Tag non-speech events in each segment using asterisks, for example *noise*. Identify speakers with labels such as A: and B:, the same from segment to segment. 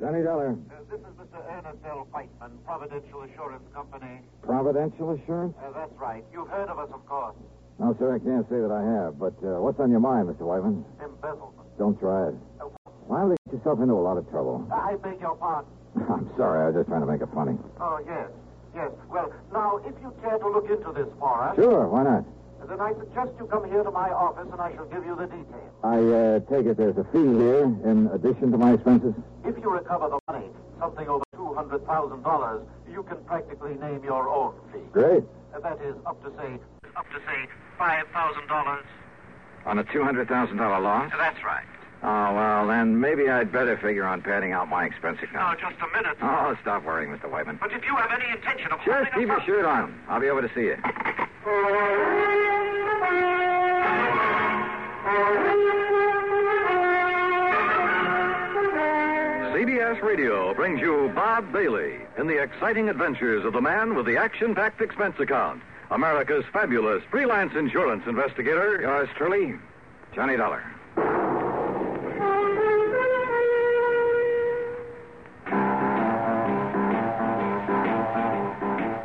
A: Johnny Dollar.
B: Uh, This is Mr. Ernest L. Whiteman, Providential Assurance Company.
A: Providential Assurance?
B: Uh, that's right. You've heard of us, of course.
A: No, sir, I can't say that I have. But uh, what's on your mind, Mr. Wyman?
B: Embezzlement.
A: Don't try it.
B: Uh,
A: Why will you get yourself into a lot of trouble? *laughs*
B: I beg your pardon.
A: I'm sorry. I was just trying to make it funny.
B: Oh, yes. Yes. Well, now, if you care to look into this for us,
A: Sure, why not?
B: then I suggest you come here to my office and I shall give you the details.
A: I uh, take it there's a fee here in addition to my expenses.
B: If you recover the money, something over $200,000, you can practically name your own fee.
A: Great.
B: Uh, that is up to, say, up to, say, $5,000.
A: On a two hundred thousand dollar loss?
B: That's right.
A: Oh well, then maybe I'd better figure on padding out my expense
B: Now, just a minute.
A: Oh, stop worrying, Mr. Whiteman.
B: But if you have any intention of
A: Just
B: holding
A: keep
B: us up-
A: your shirt on. I'll be over to see you.
C: CBS Radio brings you Bob Bailey in the exciting adventures of the man with the action packed expense account. America's fabulous freelance insurance investigator. Yours truly, Johnny Dollar.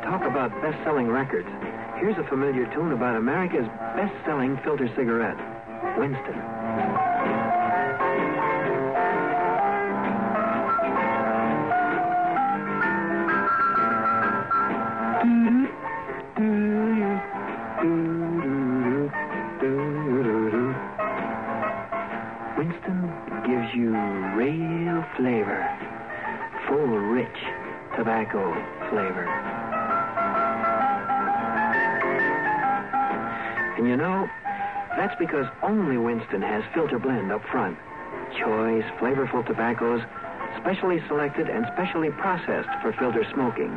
D: Talk about best-selling records. Here's a familiar tune about America's best-selling filter cigarette, Winston. Winston gives you real flavor, full, rich tobacco flavor. And you know, that's because only Winston has filter blend up front. Choice, flavorful tobaccos, specially selected and specially processed for filter smoking.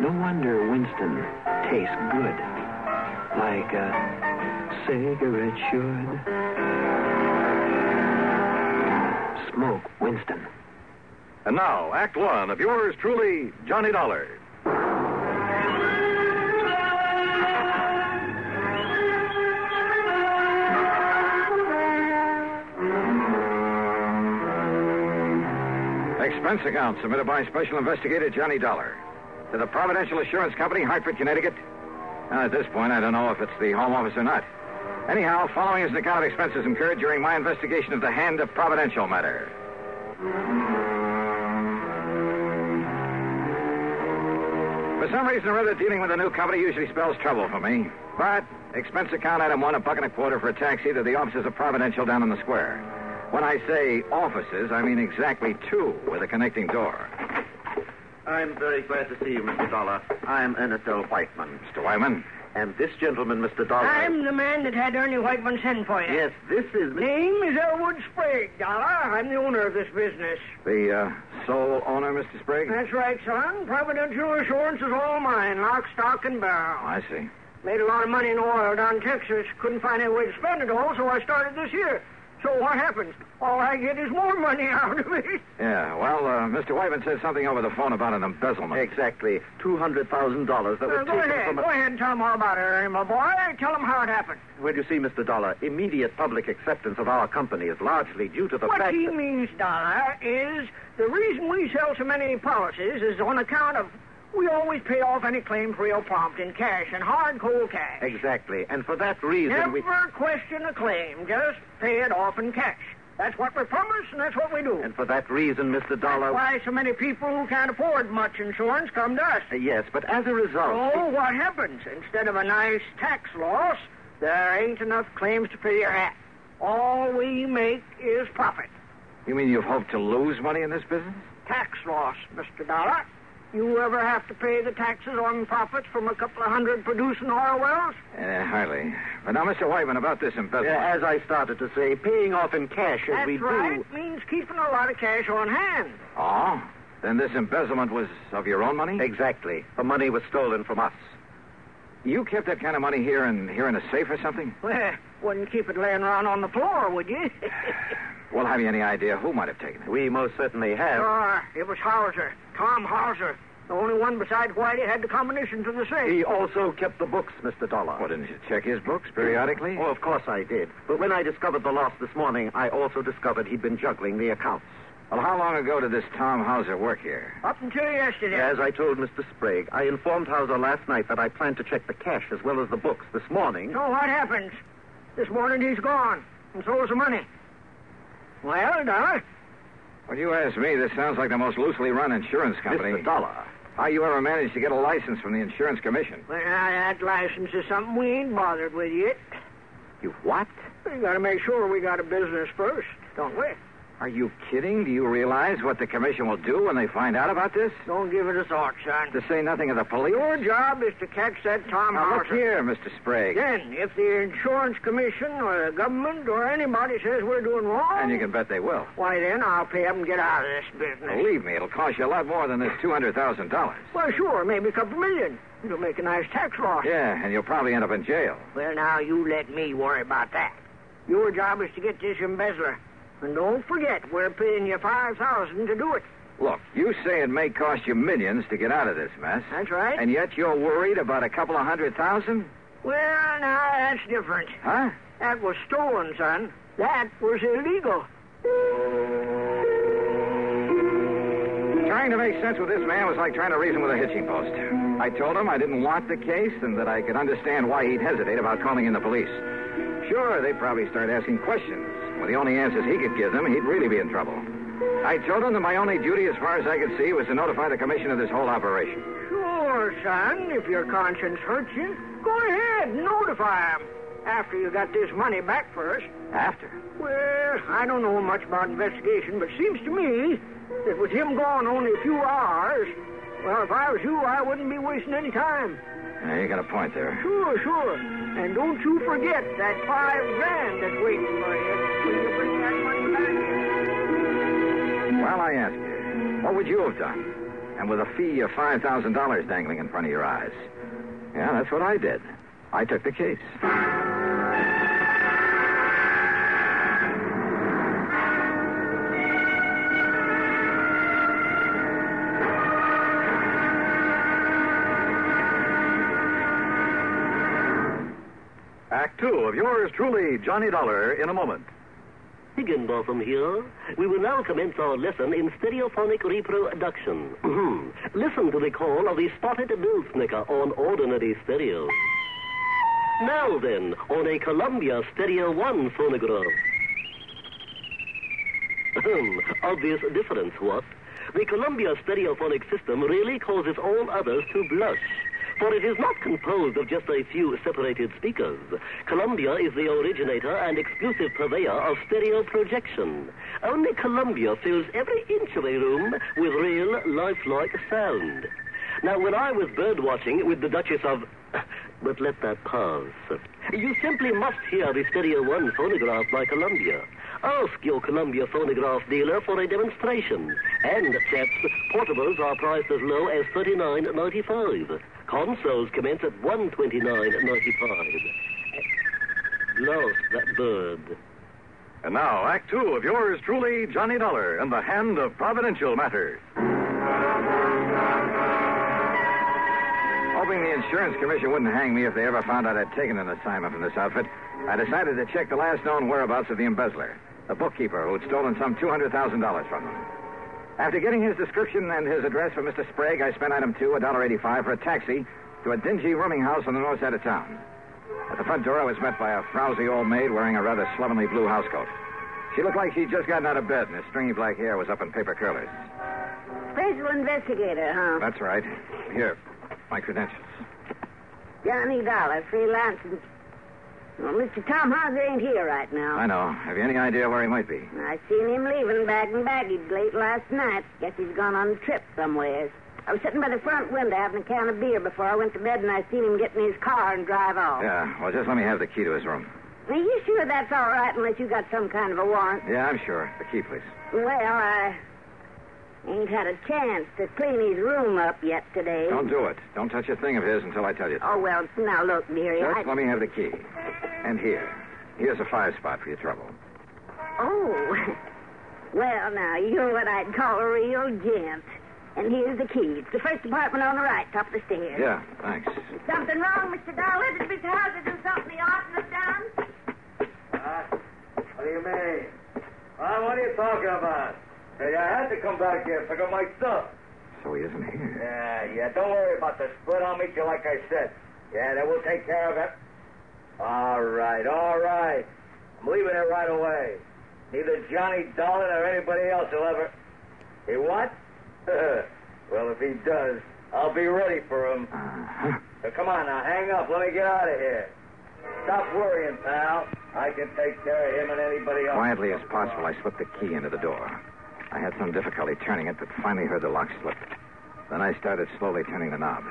D: No wonder Winston tastes good. Like a cigarette should. Smoke Winston.
C: And now, Act One of yours truly, Johnny Dollar.
A: Expense account submitted by Special Investigator Johnny Dollar to the Providential Assurance Company, Hartford, Connecticut. Now, at this point, I don't know if it's the Home Office or not. Anyhow, following is an account of expenses incurred during my investigation of the Hand of Providential matter. For some reason or other, dealing with a new company usually spells trouble for me. But expense account item one, a buck and a quarter for a taxi to the offices of Providential down in the square. When I say offices, I mean exactly two with a connecting door.
E: I'm very glad to see you, Mr. Dollar. I'm Ernest L. Whiteman.
A: Mr. Wyman,
E: And this gentleman, Mr. Dollar.
F: I'm the man that had Ernie Whiteman send for you.
E: Yes, this is.
F: Name is Elwood Sprague, Dollar. I'm the owner of this business.
A: the uh, sole owner, Mr. Sprague?
F: That's right, son. Providential Assurance is all mine, lock, stock, and
E: Oh,
F: barrel.
A: I see.
F: Made a lot of money in oil down in Texas. Couldn't find any way to spend it all, so I started this here. So what happens? All I get is more money *laughs* out of it.
A: Yeah, well, uh, Mr. Wyman said something over the phone about an embezzlement.
E: Exactly. $200,000 that
F: Now,
E: was
F: go
E: taken
F: ahead.
E: from
F: Go ahead and tell 'em all about it, Ernie, my boy. Tell 'em how it happened.
E: Well, you see, Mr. Dollar, immediate public acceptance of our company is largely due to the
F: what
E: fact
F: he
E: that...
F: means, Dollar, is the reason we sell so many policies is on account of we always pay off any claims real prompt in cash and hard cold cash.
E: Exactly. And for that reason,
F: Never
E: we...
F: question a claim. Just pay it off in cash. That's what we promise, and that's what we do.
E: And for that reason, Mr. Dollar...
F: Why so many people who can't afford much insurance come to us?
E: Uh, Yes, but as a result...
F: So what happens? Instead of a nice tax loss, there ain't enough claims to pay your hat. All we make is profit.
A: You mean you've hoped to lose money in this business?
F: Tax loss, Mr. Dollar. You ever have to pay the taxes on profits from a couple of hundred producing oil wells?
A: Uh, hardly. But now, Mr. Wyman, about this
E: Uh,
A: embezzlement.
E: as I started to say, paying off in cash as
F: That's
E: we do...
F: right. Means keeping a lot of cash on hand.
A: Oh? Then this embezzlement was of your own money?
E: Exactly. The money was stolen from us.
A: You kept that kind of money here in here in a safe or something?
F: Well, wouldn't keep it laying around on the floor, would
E: *laughs*
F: you?
A: Well, have you any idea who might have taken it? Oh,
E: We most certainly have.
F: Sure. It was Hauser. Tom Hauser. The only one besides Whitey had the combination to the safe.
E: He also kept the books, Mr. Dollar.
A: Well, didn't you check his books periodically?
E: Oh, of course I did. But when I discovered the loss this morning, I also discovered he'd been juggling the accounts.
A: Well, how long ago did this Tom Hauser work here?
F: Up until yesterday.
E: As I told Mr. Sprague, I informed Hauser last night that I planned to check the cash as well as the books this morning.
F: So what happens? This morning he's gone, and so is the money. Well, Dollar,
A: When you ask me, this sounds like the most loosely run insurance company.
E: Mr. Dollar.
A: How you ever managed to get a license from the insurance commission?
F: well, that license is something we ain't bothered with yet.
E: You what?
F: We gotta make sure we got a business first, don't we?
A: Are you kidding? Do you realize what the commission will do when they find out about this?
F: Don't give it a thought, son.
A: To say nothing of the police.
F: Your job is to catch that Tom
A: Now, look
F: Hauser.
A: here, Mr. Sprague.
F: Then, if the insurance commission or the government or anybody says we're doing wrong,
A: And you can bet they will.
F: why then I'll pay up and get out of this business.
A: Believe me, it'll cost you a lot more than this $200,000.
F: Well, sure, maybe a couple million. It'll make a nice tax loss.
A: Yeah, and you'll probably end up in jail.
F: Well, now you let me worry about that. Your job is to get this embezzler. And don't forget, we're paying you five thousand to do it.
A: Look, you say it may cost you millions to get out of this mess.
F: That's right.
A: And yet you're worried about a couple of hundred thousand?
F: Well, now that's different.
A: Huh?
F: That was stolen, son. That was illegal.
A: Trying to make sense with this man was like trying to reason with a hitching post. I told him I didn't want the case and that I could understand why he'd hesitate about calling in the police. Sure, they'd probably start asking questions. With the only answers he could give them, he'd really be in trouble. I told him that my only duty, as far as I could see, was to notify the commission of this whole operation.
F: Sure, son. If your conscience hurts you, go ahead, notify him. After you got this money back first.
A: After?
F: Well, I don't know much about investigation, but it seems to me that with him gone only a few hours, well, if I was you, I wouldn't be wasting any time.
A: Yeah, you got a point there.
F: Sure, sure. And don't you forget that five grand that's waiting for you. Will you bring that money back here?
A: Well, I ask you, what would you have done? And with a fee of $5,000 dangling in front of your eyes. Yeah, that's what I did. I took the case.
C: Act two of yours truly, Johnny Dollar, in a moment.
G: Higginbotham here. We will now commence our lesson in stereophonic reproduction. Mhm. Listen to the call of the spotted bill snicker on ordinary stereo. Now then, on a Columbia Stereo 1 phonograph. Ahem. Obvious difference, what? The Columbia stereophonic system really causes all others to blush. For it is not composed of just a few separated speakers. Columbia is the originator and exclusive purveyor of stereo projection. Only Columbia fills every inch of a room with real, lifelike sound. Now, when I was bird watching with the Duchess of. *coughs* But let that pass. You simply must hear the Stereo 1 phonograph by Columbia. Ask your Columbia phonograph dealer for a demonstration. And, chaps, portables are priced as low as thirty-nine ninety-five. Consoles commence at one twenty-nine ninety-five. Lost that bird.
C: And now, Act Two of yours truly, Johnny Dollar and the Hand of Providential Matters.
A: Hoping the insurance commission wouldn't hang me if they ever found out I'd taken an assignment from this outfit, I decided to check the last known whereabouts of the embezzler, the bookkeeper who'd stolen some $200,000 from them. After getting his description and his address from Mr. Sprague, I spent item two, $1.85, for a taxi to a dingy rooming house on the north side of town. At the front door, I was met by a frowsy old maid wearing a rather slovenly blue housecoat. She looked like she'd just gotten out of bed, and her stringy black hair was up in paper curlers.
H: Special investigator, huh?
A: That's right. Here, my credentials.
H: Johnny Dollar, freelance. and- Well, Mr. Tom Hauser ain't here right now.
A: I know. Have you any idea where he might be?
H: I seen him leaving bag and baggage late last night. Guess he's gone on a trip somewhere. I was sitting by the front window having a can of beer before I went to bed, and I seen him get in his car and drive off.
A: Yeah, well, just let me have the key to his room.
H: Now, you sure that's all right unless you got some kind of a warrant?
A: Yeah, I'm sure. The key, please.
H: Well, I ain't had a chance to clean his room up yet today.
A: Don't do it. Don't touch a thing of his until I tell you. to.
H: Oh, well, now look, dearie.
A: Just
H: I...
A: let me have the key. And here. Here's a five spot for your trouble.
H: Oh. *laughs* Well, now, you're what I'd call a real gent. And here's the key. It's the first apartment on the right, top of the stairs.
A: Yeah, thanks.
H: Something wrong, Mr. Dollar? Did Mr. Hauser do something he oughtn't have done?
I: What do you mean? Huh? What are you talking about? Hey, I had to come back here, pick up my stuff.
A: So he isn't here.
I: Yeah, yeah, don't worry about the split. I'll meet you like I said. Yeah, then we'll take care of it. All right, all right. I'm leaving it right away. Neither Johnny Dolan or anybody else will ever. He what? *laughs* well, if he does, I'll be ready for him.
A: Uh-huh.
I: So come on now, hang up. Let me get out of here. Stop worrying, pal. I can take care of him and anybody else.
A: Quietly as possible, I slipped the key into the door. I had some difficulty turning it, but finally heard the lock slip. Then I started slowly turning the knob.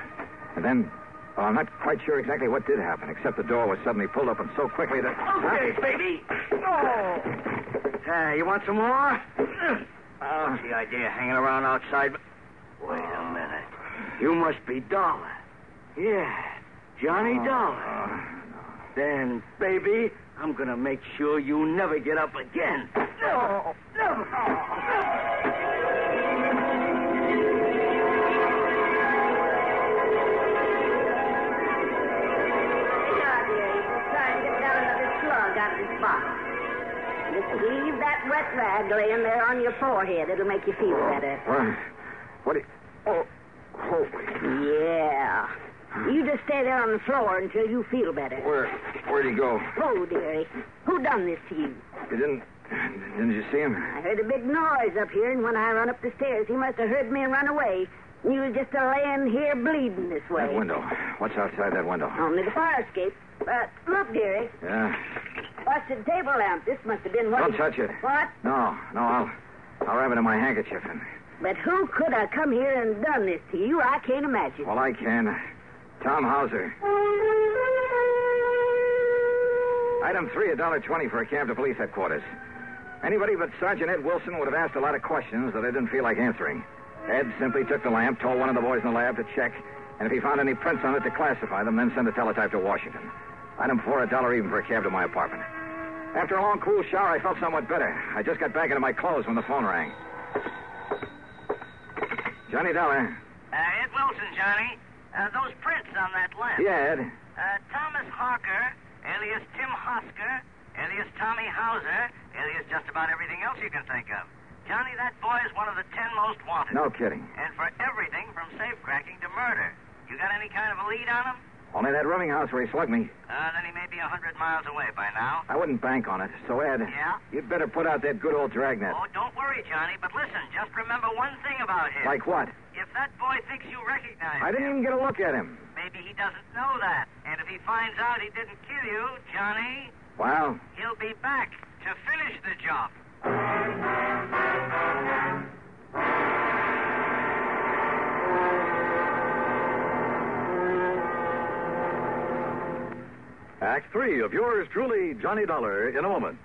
A: And then, well, I'm not quite sure exactly what did happen, except the door was suddenly pulled open so quickly that.
I: Okay, baby. Oh. Hey, you want some more? Oh, the idea of hanging around outside. Wait a minute. You must be Dollar. Yeah, Johnny
J: Oh,
I: Dollar. Then, baby, I'm gonna make sure you never get up again. No, no.
H: Trying to get down another slug out of this bottle. Just leave that wet rag laying there on your forehead. It'll make you feel better.
A: What? What? do you- Oh, holy.
H: Yeah. You just stay there on the floor until you feel better.
A: Where? Where'd he go?
H: Oh, dearie. Who done this to you?
A: You didn't. Didn't you see him?
H: I heard a big noise up here, and when I run up the stairs, he must have heard me and run away. And you was just a laying here bleeding this way.
A: That window. What's outside that window?
H: Only the fire escape. But look, dearie.
A: Yeah.
H: Busted table lamp. This must have been what.
A: Don't
H: he-
A: touch it.
H: What?
A: No, no, oh, I'll. I'll wrap it in my handkerchief and.
H: But who could have come here and done this to you? I can't imagine.
A: Well, I can. Tom Hauser.
J: Uh,
A: Item three, a dollar twenty for a cab to police headquarters. Anybody but Sergeant Ed Wilson would have asked a lot of questions that I didn't feel like answering. Ed simply took the lamp, told one of the boys in the lab to check, and if he found any prints on it, to classify them, then send a teletype to Washington. Item four, a dollar even for a cab to my apartment. After a long, cool shower, I felt somewhat better. I just got back into my clothes when the phone rang. Johnny Dollar.
J: Uh, Ed Wilson, Johnny. Uh, those prints on that lamp.
A: Yeah, Ed.
J: Uh, Thomas Harker, alias Tim Hosker, alias Tommy Hauser, alias just about everything else you can think of. Johnny, that boy is one of the ten most wanted.
A: No kidding.
J: And for everything from safecracking to murder. You got any kind of a lead on him?
A: Only that rooming house where he slugged me.
J: Uh, then he may be a hundred miles away by now.
A: I wouldn't bank on it. So, Ed,
J: Yeah?
A: you'd better put out that good old dragnet.
J: Oh, don't worry, Johnny, but listen, just remember one thing about him.
A: Like what?
J: If that boy thinks you recognize
A: I
J: him.
A: didn't even get a look at him.
J: Maybe he doesn't know that. And if he finds out he didn't kill you, Johnny,
A: Wow.
J: he'll be back to finish the job.
C: Act Three of yours truly, Johnny Dollar, in a moment.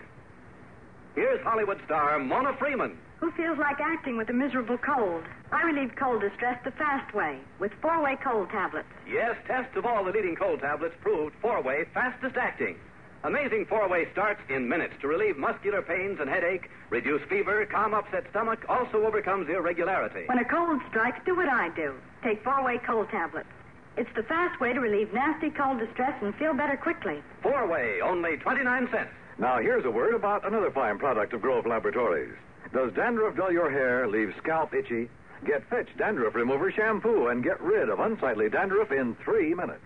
C: Here's Hollywood star Mona Freeman.
K: Who feels like acting with a miserable cold? I relieve cold distress the fast way with four way cold tablets.
L: Yes, tests of all the leading cold tablets proved four way fastest acting.
C: Amazing four way starts in minutes to relieve muscular pains and headache, reduce fever, calm upset stomach, also overcomes irregularity.
K: When a cold strikes, do what I do take four way cold tablets. It's the fast way to relieve nasty cold distress and feel better quickly.
C: Four way, only 29 cents.
L: Now, here's a word about another fine product of Grove Laboratories.
C: Does dandruff dull your hair, leave scalp itchy? Get Fitch Dandruff Remover Shampoo and get rid of unsightly dandruff in three minutes.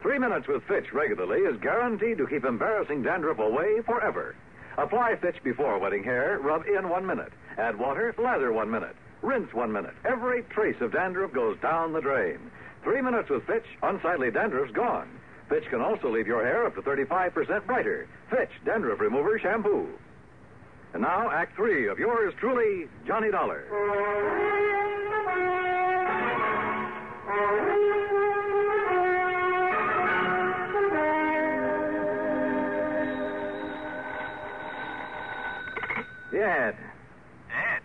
C: Three minutes with Fitch regularly is guaranteed to keep embarrassing dandruff away forever. Apply Fitch before wetting hair, rub in one minute, add water, lather one minute, rinse one minute. Every trace of dandruff goes down the drain. Three minutes with Fitch, unsightly dandruff's gone. Fitch can also leave your hair up to 35% brighter. Fitch Dandruff Remover Shampoo. And now, Act Three of yours truly, Johnny Dollar.
I: Yes.
J: Ed,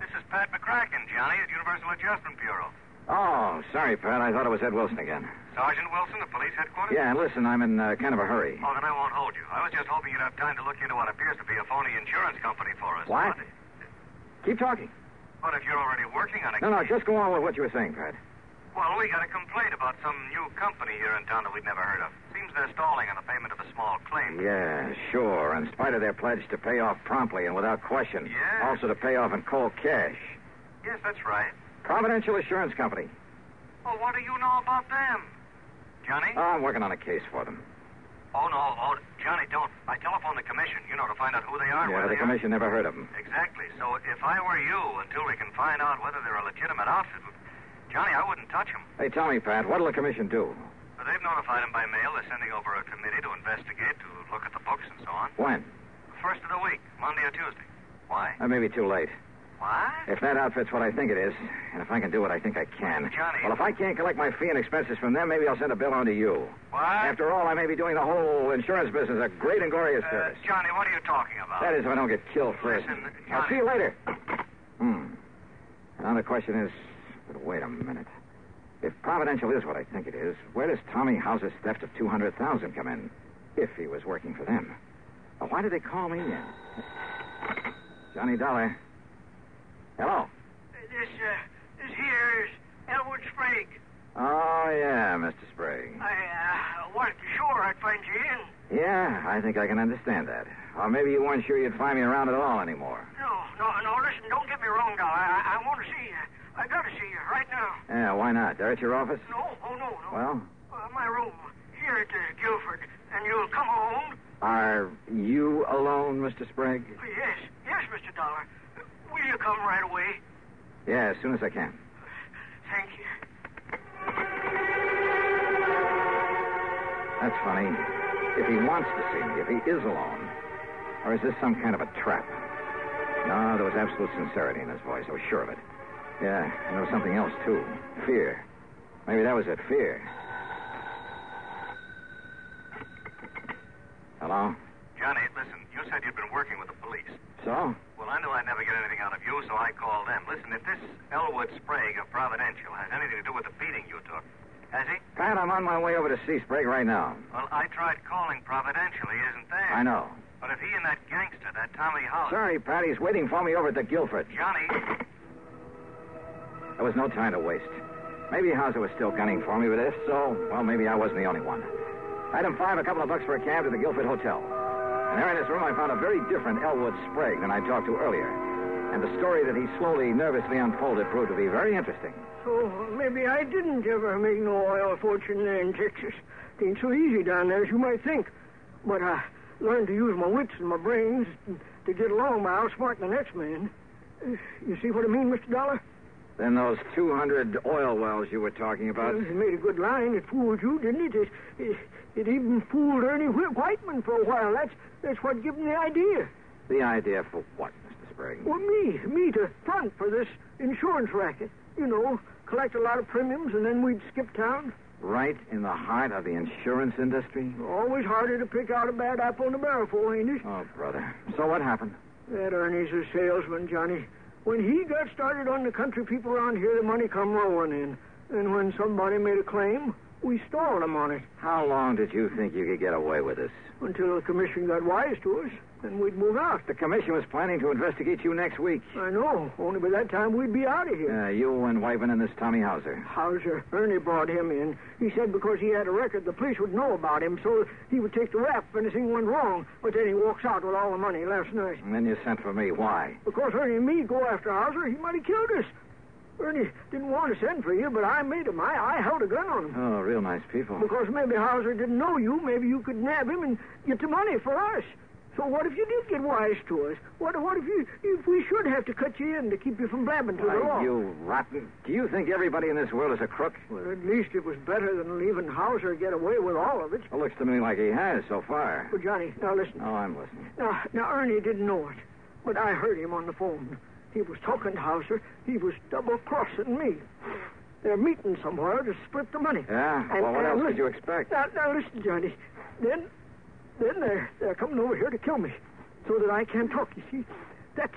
J: this is Pat McCracken, Johnny, at Universal Adjustment Bureau.
A: Oh, sorry, Pat. I thought it was Ed Wilson again.
J: Sergeant Wilson of Police Headquarters?
A: Yeah, listen, I'm in uh, kind of a hurry.
J: Oh, then I won't hold you. I was just hoping you'd have time to look into what appears to be a phony insurance company for us.
A: What? Keep talking.
J: But if you're already working on a
A: No, no, just go on with what you were saying, Pat.
J: Well, we got a complaint about some new company here in town that we'd never heard of. Seems they're stalling on the payment of a small claim.
A: Yeah, sure. In spite of their pledge to pay off promptly and without question.
J: Yeah.
A: Also to pay off in cold cash.
J: Yes, that's right.
A: Providential Assurance Company.
J: Well, what do you know about them? Johnny?
A: Oh, I'm working on a case for them.
J: Oh, no. Oh, Johnny, don't. I telephoned the commission, you know, to find out who they are.
A: yeah,
J: where
A: but the
J: they are.
A: commission never heard of them.
J: Exactly. So if I were you, until we can find out whether they're a legitimate outfit, Johnny, I wouldn't touch them.
A: Hey, tell me, Pat, what'll the commission do?
J: They've notified them by mail. They're sending over a committee to investigate, to look at the books and so on.
A: When?
J: First of the week, Monday or Tuesday. Why?
A: That may be too late.
J: Why?
A: If that outfit's what I think it is, and if I can do what I think I can.
J: Johnny.
A: Well, if I can't collect my fee and expenses from them, maybe I'll send a bill on to you.
J: What?
A: After all, I may be doing the whole insurance business a great and glorious
J: Uh,
A: service.
J: Johnny, what are you talking about?
A: That is, if I don't get killed first.
J: Listen,
A: I'll
J: Johnny.
A: see you later. *coughs* hmm. Now the question is, but wait a minute. If Providential is what I think it is, where does Tommy House's theft of two hundred thousand come in? If he was working for them, Now, why did they call me in? Johnny Dollar. Hello.
F: This, uh, this here is Elwood Sprague.
A: Oh yeah, Mr. Sprague.
F: I uh, wanted to sure I'd find you in.
A: Yeah, I think I can understand that. Or maybe you weren't sure you'd find me around at all anymore.
F: No, no, no, listen, don't get me wrong, Doll. I, I, I want to see you. I got to see you right now.
A: Yeah, why not? They're at your office.
F: No, oh, no, no.
A: Well,
F: Uh, my room, here at uh, Guilford. And you'll come home?
A: are you alone, Mr. Sprague?
F: Yes, yes, Mr. Dollar. Will you come right away?
A: Yeah, as soon as I can.
F: Thank you.
A: That's funny. If he wants to see me, if he is alone, or is this some kind of a trap? No, there was absolute sincerity in his voice. I was sure of it. Yeah, and there was something else, too. Fear. Maybe that was it. Fear. Hello?
J: Johnny, listen, you said you'd been working with the police.
A: So?
J: Well, I knew I'd never get anything out of you, so I called them. Listen, if this Elwood Sprague of Providential has anything to do with the beating you took, has he?
A: Pat, I'm on my way over to see Sprague right now.
J: Well, I tried calling Providential. He isn't there.
A: I know.
J: But if he and that gangster, that Tommy House.
A: Sorry, Pat, he's waiting for me over at the Guilford.
J: Johnny.
A: There was no time to waste. Maybe Hauser was still gunning for me, but if so, well, maybe I wasn't the only one. Item five, a couple of bucks for a cab to the Guilford Hotel. And there in his room, I found a very different Elwood Sprague than I talked to earlier. And the story that he slowly, nervously unfolded proved to be very interesting.
M: So Oh, maybe I didn't ever make no oil fortune there in Texas. It ain't so easy down there as you might think. But I learned to use my wits and my brains to get along by outsmarting the next man. Uh, You see what I mean, Mr. Dollar?
A: Then those 200 oil wells you were talking about.
M: It made a good line. It fooled you, didn't it? It, it, it even fooled Ernie Whi- Whiteman for a while. That's, that's what gave him the idea.
A: The idea for what, Mr. Sprague?
M: Well, me, me to front for this insurance racket. You know, collect a lot of premiums and then we'd skip town.
A: Right in the heart of the insurance industry?
M: Always harder to pick out a bad apple in a barrel for, ain't it?
A: Oh, brother. So what happened?
M: That Ernie's a salesman, Johnny. When he got started on the country people around here, the money come rolling in. And when somebody made a claim,
F: We stalled him on it
A: How long did you think you could get away with this?
F: until the commission got wise to us, and we'd move out.
A: The commission was planning to investigate you next week.
F: I know, only by that time we'd be out of here.
A: Uh, you and Wyvern and this Tommy Hauser.
F: Hauser, Ernie brought him in. He said because he had a record, the police would know about him, so he would take the rap if anything went wrong. But then he walks out with all the money last night.
A: And then you sent for me. Why?
F: Because Ernie and me go after Hauser, he might have killed us. Ernie didn't want to send for you, but I made him. I, I held a gun on him.
A: Oh, real nice people.
F: Because maybe Hauser didn't know you. Maybe you could nab him and get the money for us. So what if you did get wise to us? What what if you if we should have to cut you in to keep you from blabbing to the law?
A: Why, you rotten. Do you think everybody in this world is a crook?
F: Well, at least it was better than leaving Hauser get away with all of it.
A: It looks to me like he has so far.
F: Well, Johnny, now listen.
A: Oh, I'm listening.
F: Now, now Ernie didn't know it, but I heard him on the phone. He was talking to Hauser. He was double crossing me. They're meeting somewhere to split the money.
E: Ah,
A: Yeah?
F: And-
A: well, what
F: and
A: else
F: listen-
A: did you expect?
F: Now, now listen, Johnny. Then, then they're they're coming over here to kill me, so that I can't talk. You see, that's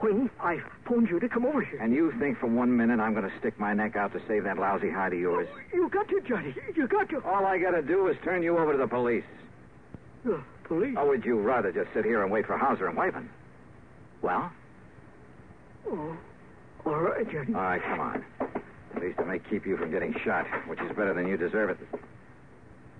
F: when I phoned you to come over here.
A: And you think for one minute I'm going to stick my neck out to save that lousy hide of yours?
F: Oh, You got to, Johnny. You got to.
A: All I got to do is turn you over to the police.
F: The police.
A: Or would you rather just sit here and wait for Hauser and Wyvern? Well?
F: Oh, all right, Johnny.
A: All right, come on. At least it may keep you from getting shot, which is better than you deserve it.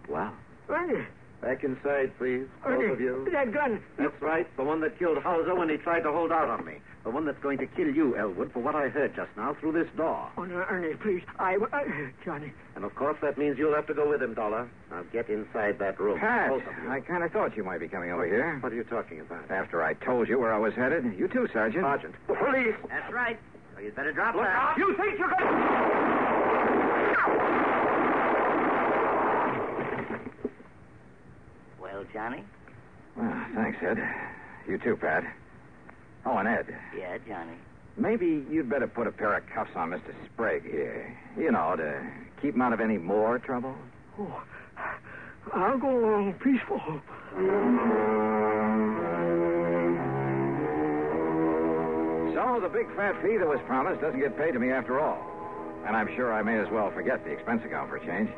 A: Well?
F: Ernie,
E: Back inside, please.
F: Ernie,
E: Both of you.
F: that gun.
E: That's right. The one that killed Hauser when he tried to hold out on me. The one that's going to kill you, Elwood, for what I heard just now through this door.
F: Oh, no, Ernie, please. I, I Johnny.
E: And of course, that means you'll have to go with him, Dollar. Now get inside that room.
A: Pat,
E: Both of you.
A: I kind of thought you might be coming over here.
E: What are you talking about?
A: After I told you where I was headed. You too, Sergeant.
E: Sergeant. Police.
I: That's right. Well, you'd better drop
E: Look
I: that.
E: out. You think you're going
I: Well, Johnny?
A: Well, Ah, thanks, Ed. You too, Pat. Oh, and Ed,
I: Yeah, Johnny.
A: maybe you'd better put a pair of cuffs on Mr. Sprague here. You know, to keep him out of any more trouble.
F: Oh, I'll go along peaceful.
A: So the big fat fee that was promised doesn't get paid to me after all. And I'm sure I may as well forget the expense account for a change.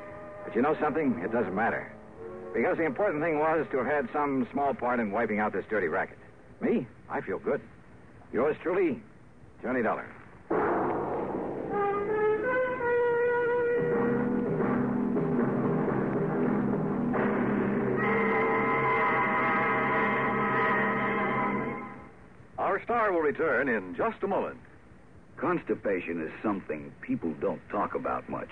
A: But you know something? It doesn't matter. Because the important thing was to have had some small part in wiping out this dirty racket. Me? I feel good. Yours truly, Johnny Dollar.
C: Our star will return in just a moment.
N: Constipation is something people don't talk about much,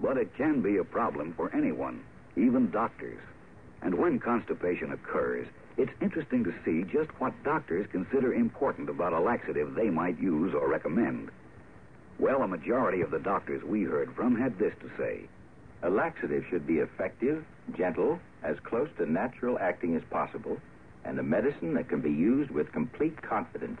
N: but it can be a problem for anyone, even doctors. And when constipation occurs, it's interesting to see just what doctors consider important about a laxative they might use or recommend. Well, a majority of the doctors we heard from had this to say A laxative should be effective, gentle, as close to natural acting as possible, and a medicine that can be used with complete confidence.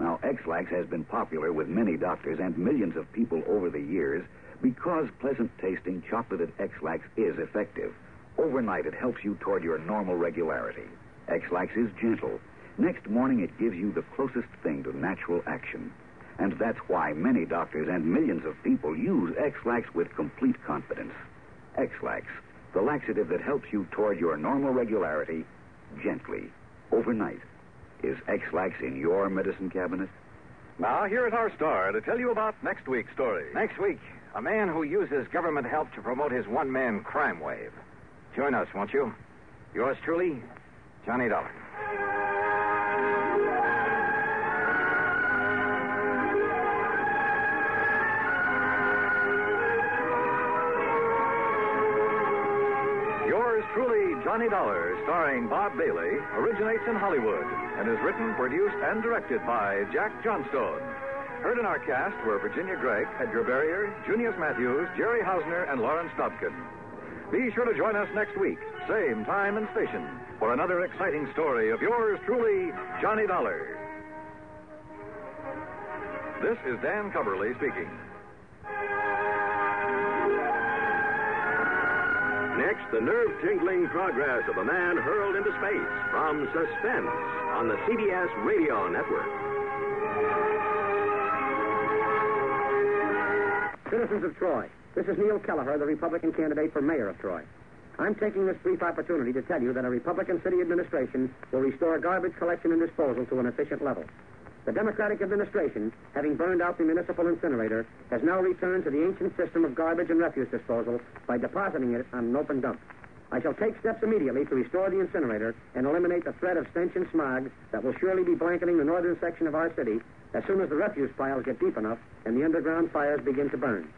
N: Now, X-Lax has been popular with many doctors and millions of people over the years because pleasant tasting chocolated X-Lax is effective. Overnight, it helps you toward your normal regularity. X-Lax is gentle. Next morning, it gives you the closest thing to natural action. And that's why many doctors and millions of people use X-Lax with complete confidence. X-Lax, the laxative that helps you toward your normal regularity gently, overnight. Is X-Lax in your medicine cabinet?
C: Now, here is our star to tell you about next week's story.
A: Next week, a man who uses government help to promote his one man crime wave. Join us, won't you? Yours truly, Johnny Dollar.
C: Yours truly, Johnny Dollar, starring Bob Bailey, originates in Hollywood and is written, produced, and directed by Jack Johnstone. Heard in our cast were Virginia Gregg, Edgar Barrier, Junius Matthews, Jerry Hausner, and Lawrence Dobkin. Be sure to join us next week, same time and station, for another exciting story of yours truly, Johnny Dollar. This is Dan Coverly speaking.
O: Next, the nerve tingling progress of a man hurled into space from Suspense on the CBS Radio Network.
P: Citizens of Troy, This is Neil Kelleher, the Republican candidate for mayor of Troy. I'm taking this brief opportunity to tell you that a Republican city administration will restore garbage collection and disposal to an efficient level. The Democratic administration, having burned out the municipal incinerator, has now returned to the ancient system of garbage and refuse disposal by depositing it on an open dump. I shall take steps immediately to restore the incinerator and eliminate the threat of stench and smog that will surely be blanketing the northern section of our city as soon as the refuse piles get deep enough and the underground fires begin to burn.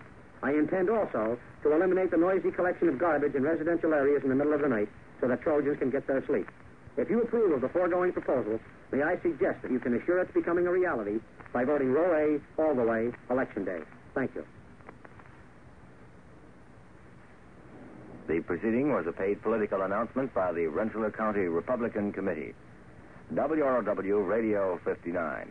P: I intend also to eliminate the noisy collection of garbage in residential areas in the middle of the night so that Trojans can get their sleep. If you approve of the foregoing proposal, may I suggest that you can assure its becoming a reality by voting row A all the way election day. Thank you.
Q: The proceeding was a paid political announcement by the Rensselaer County Republican Committee. WROW Radio 59.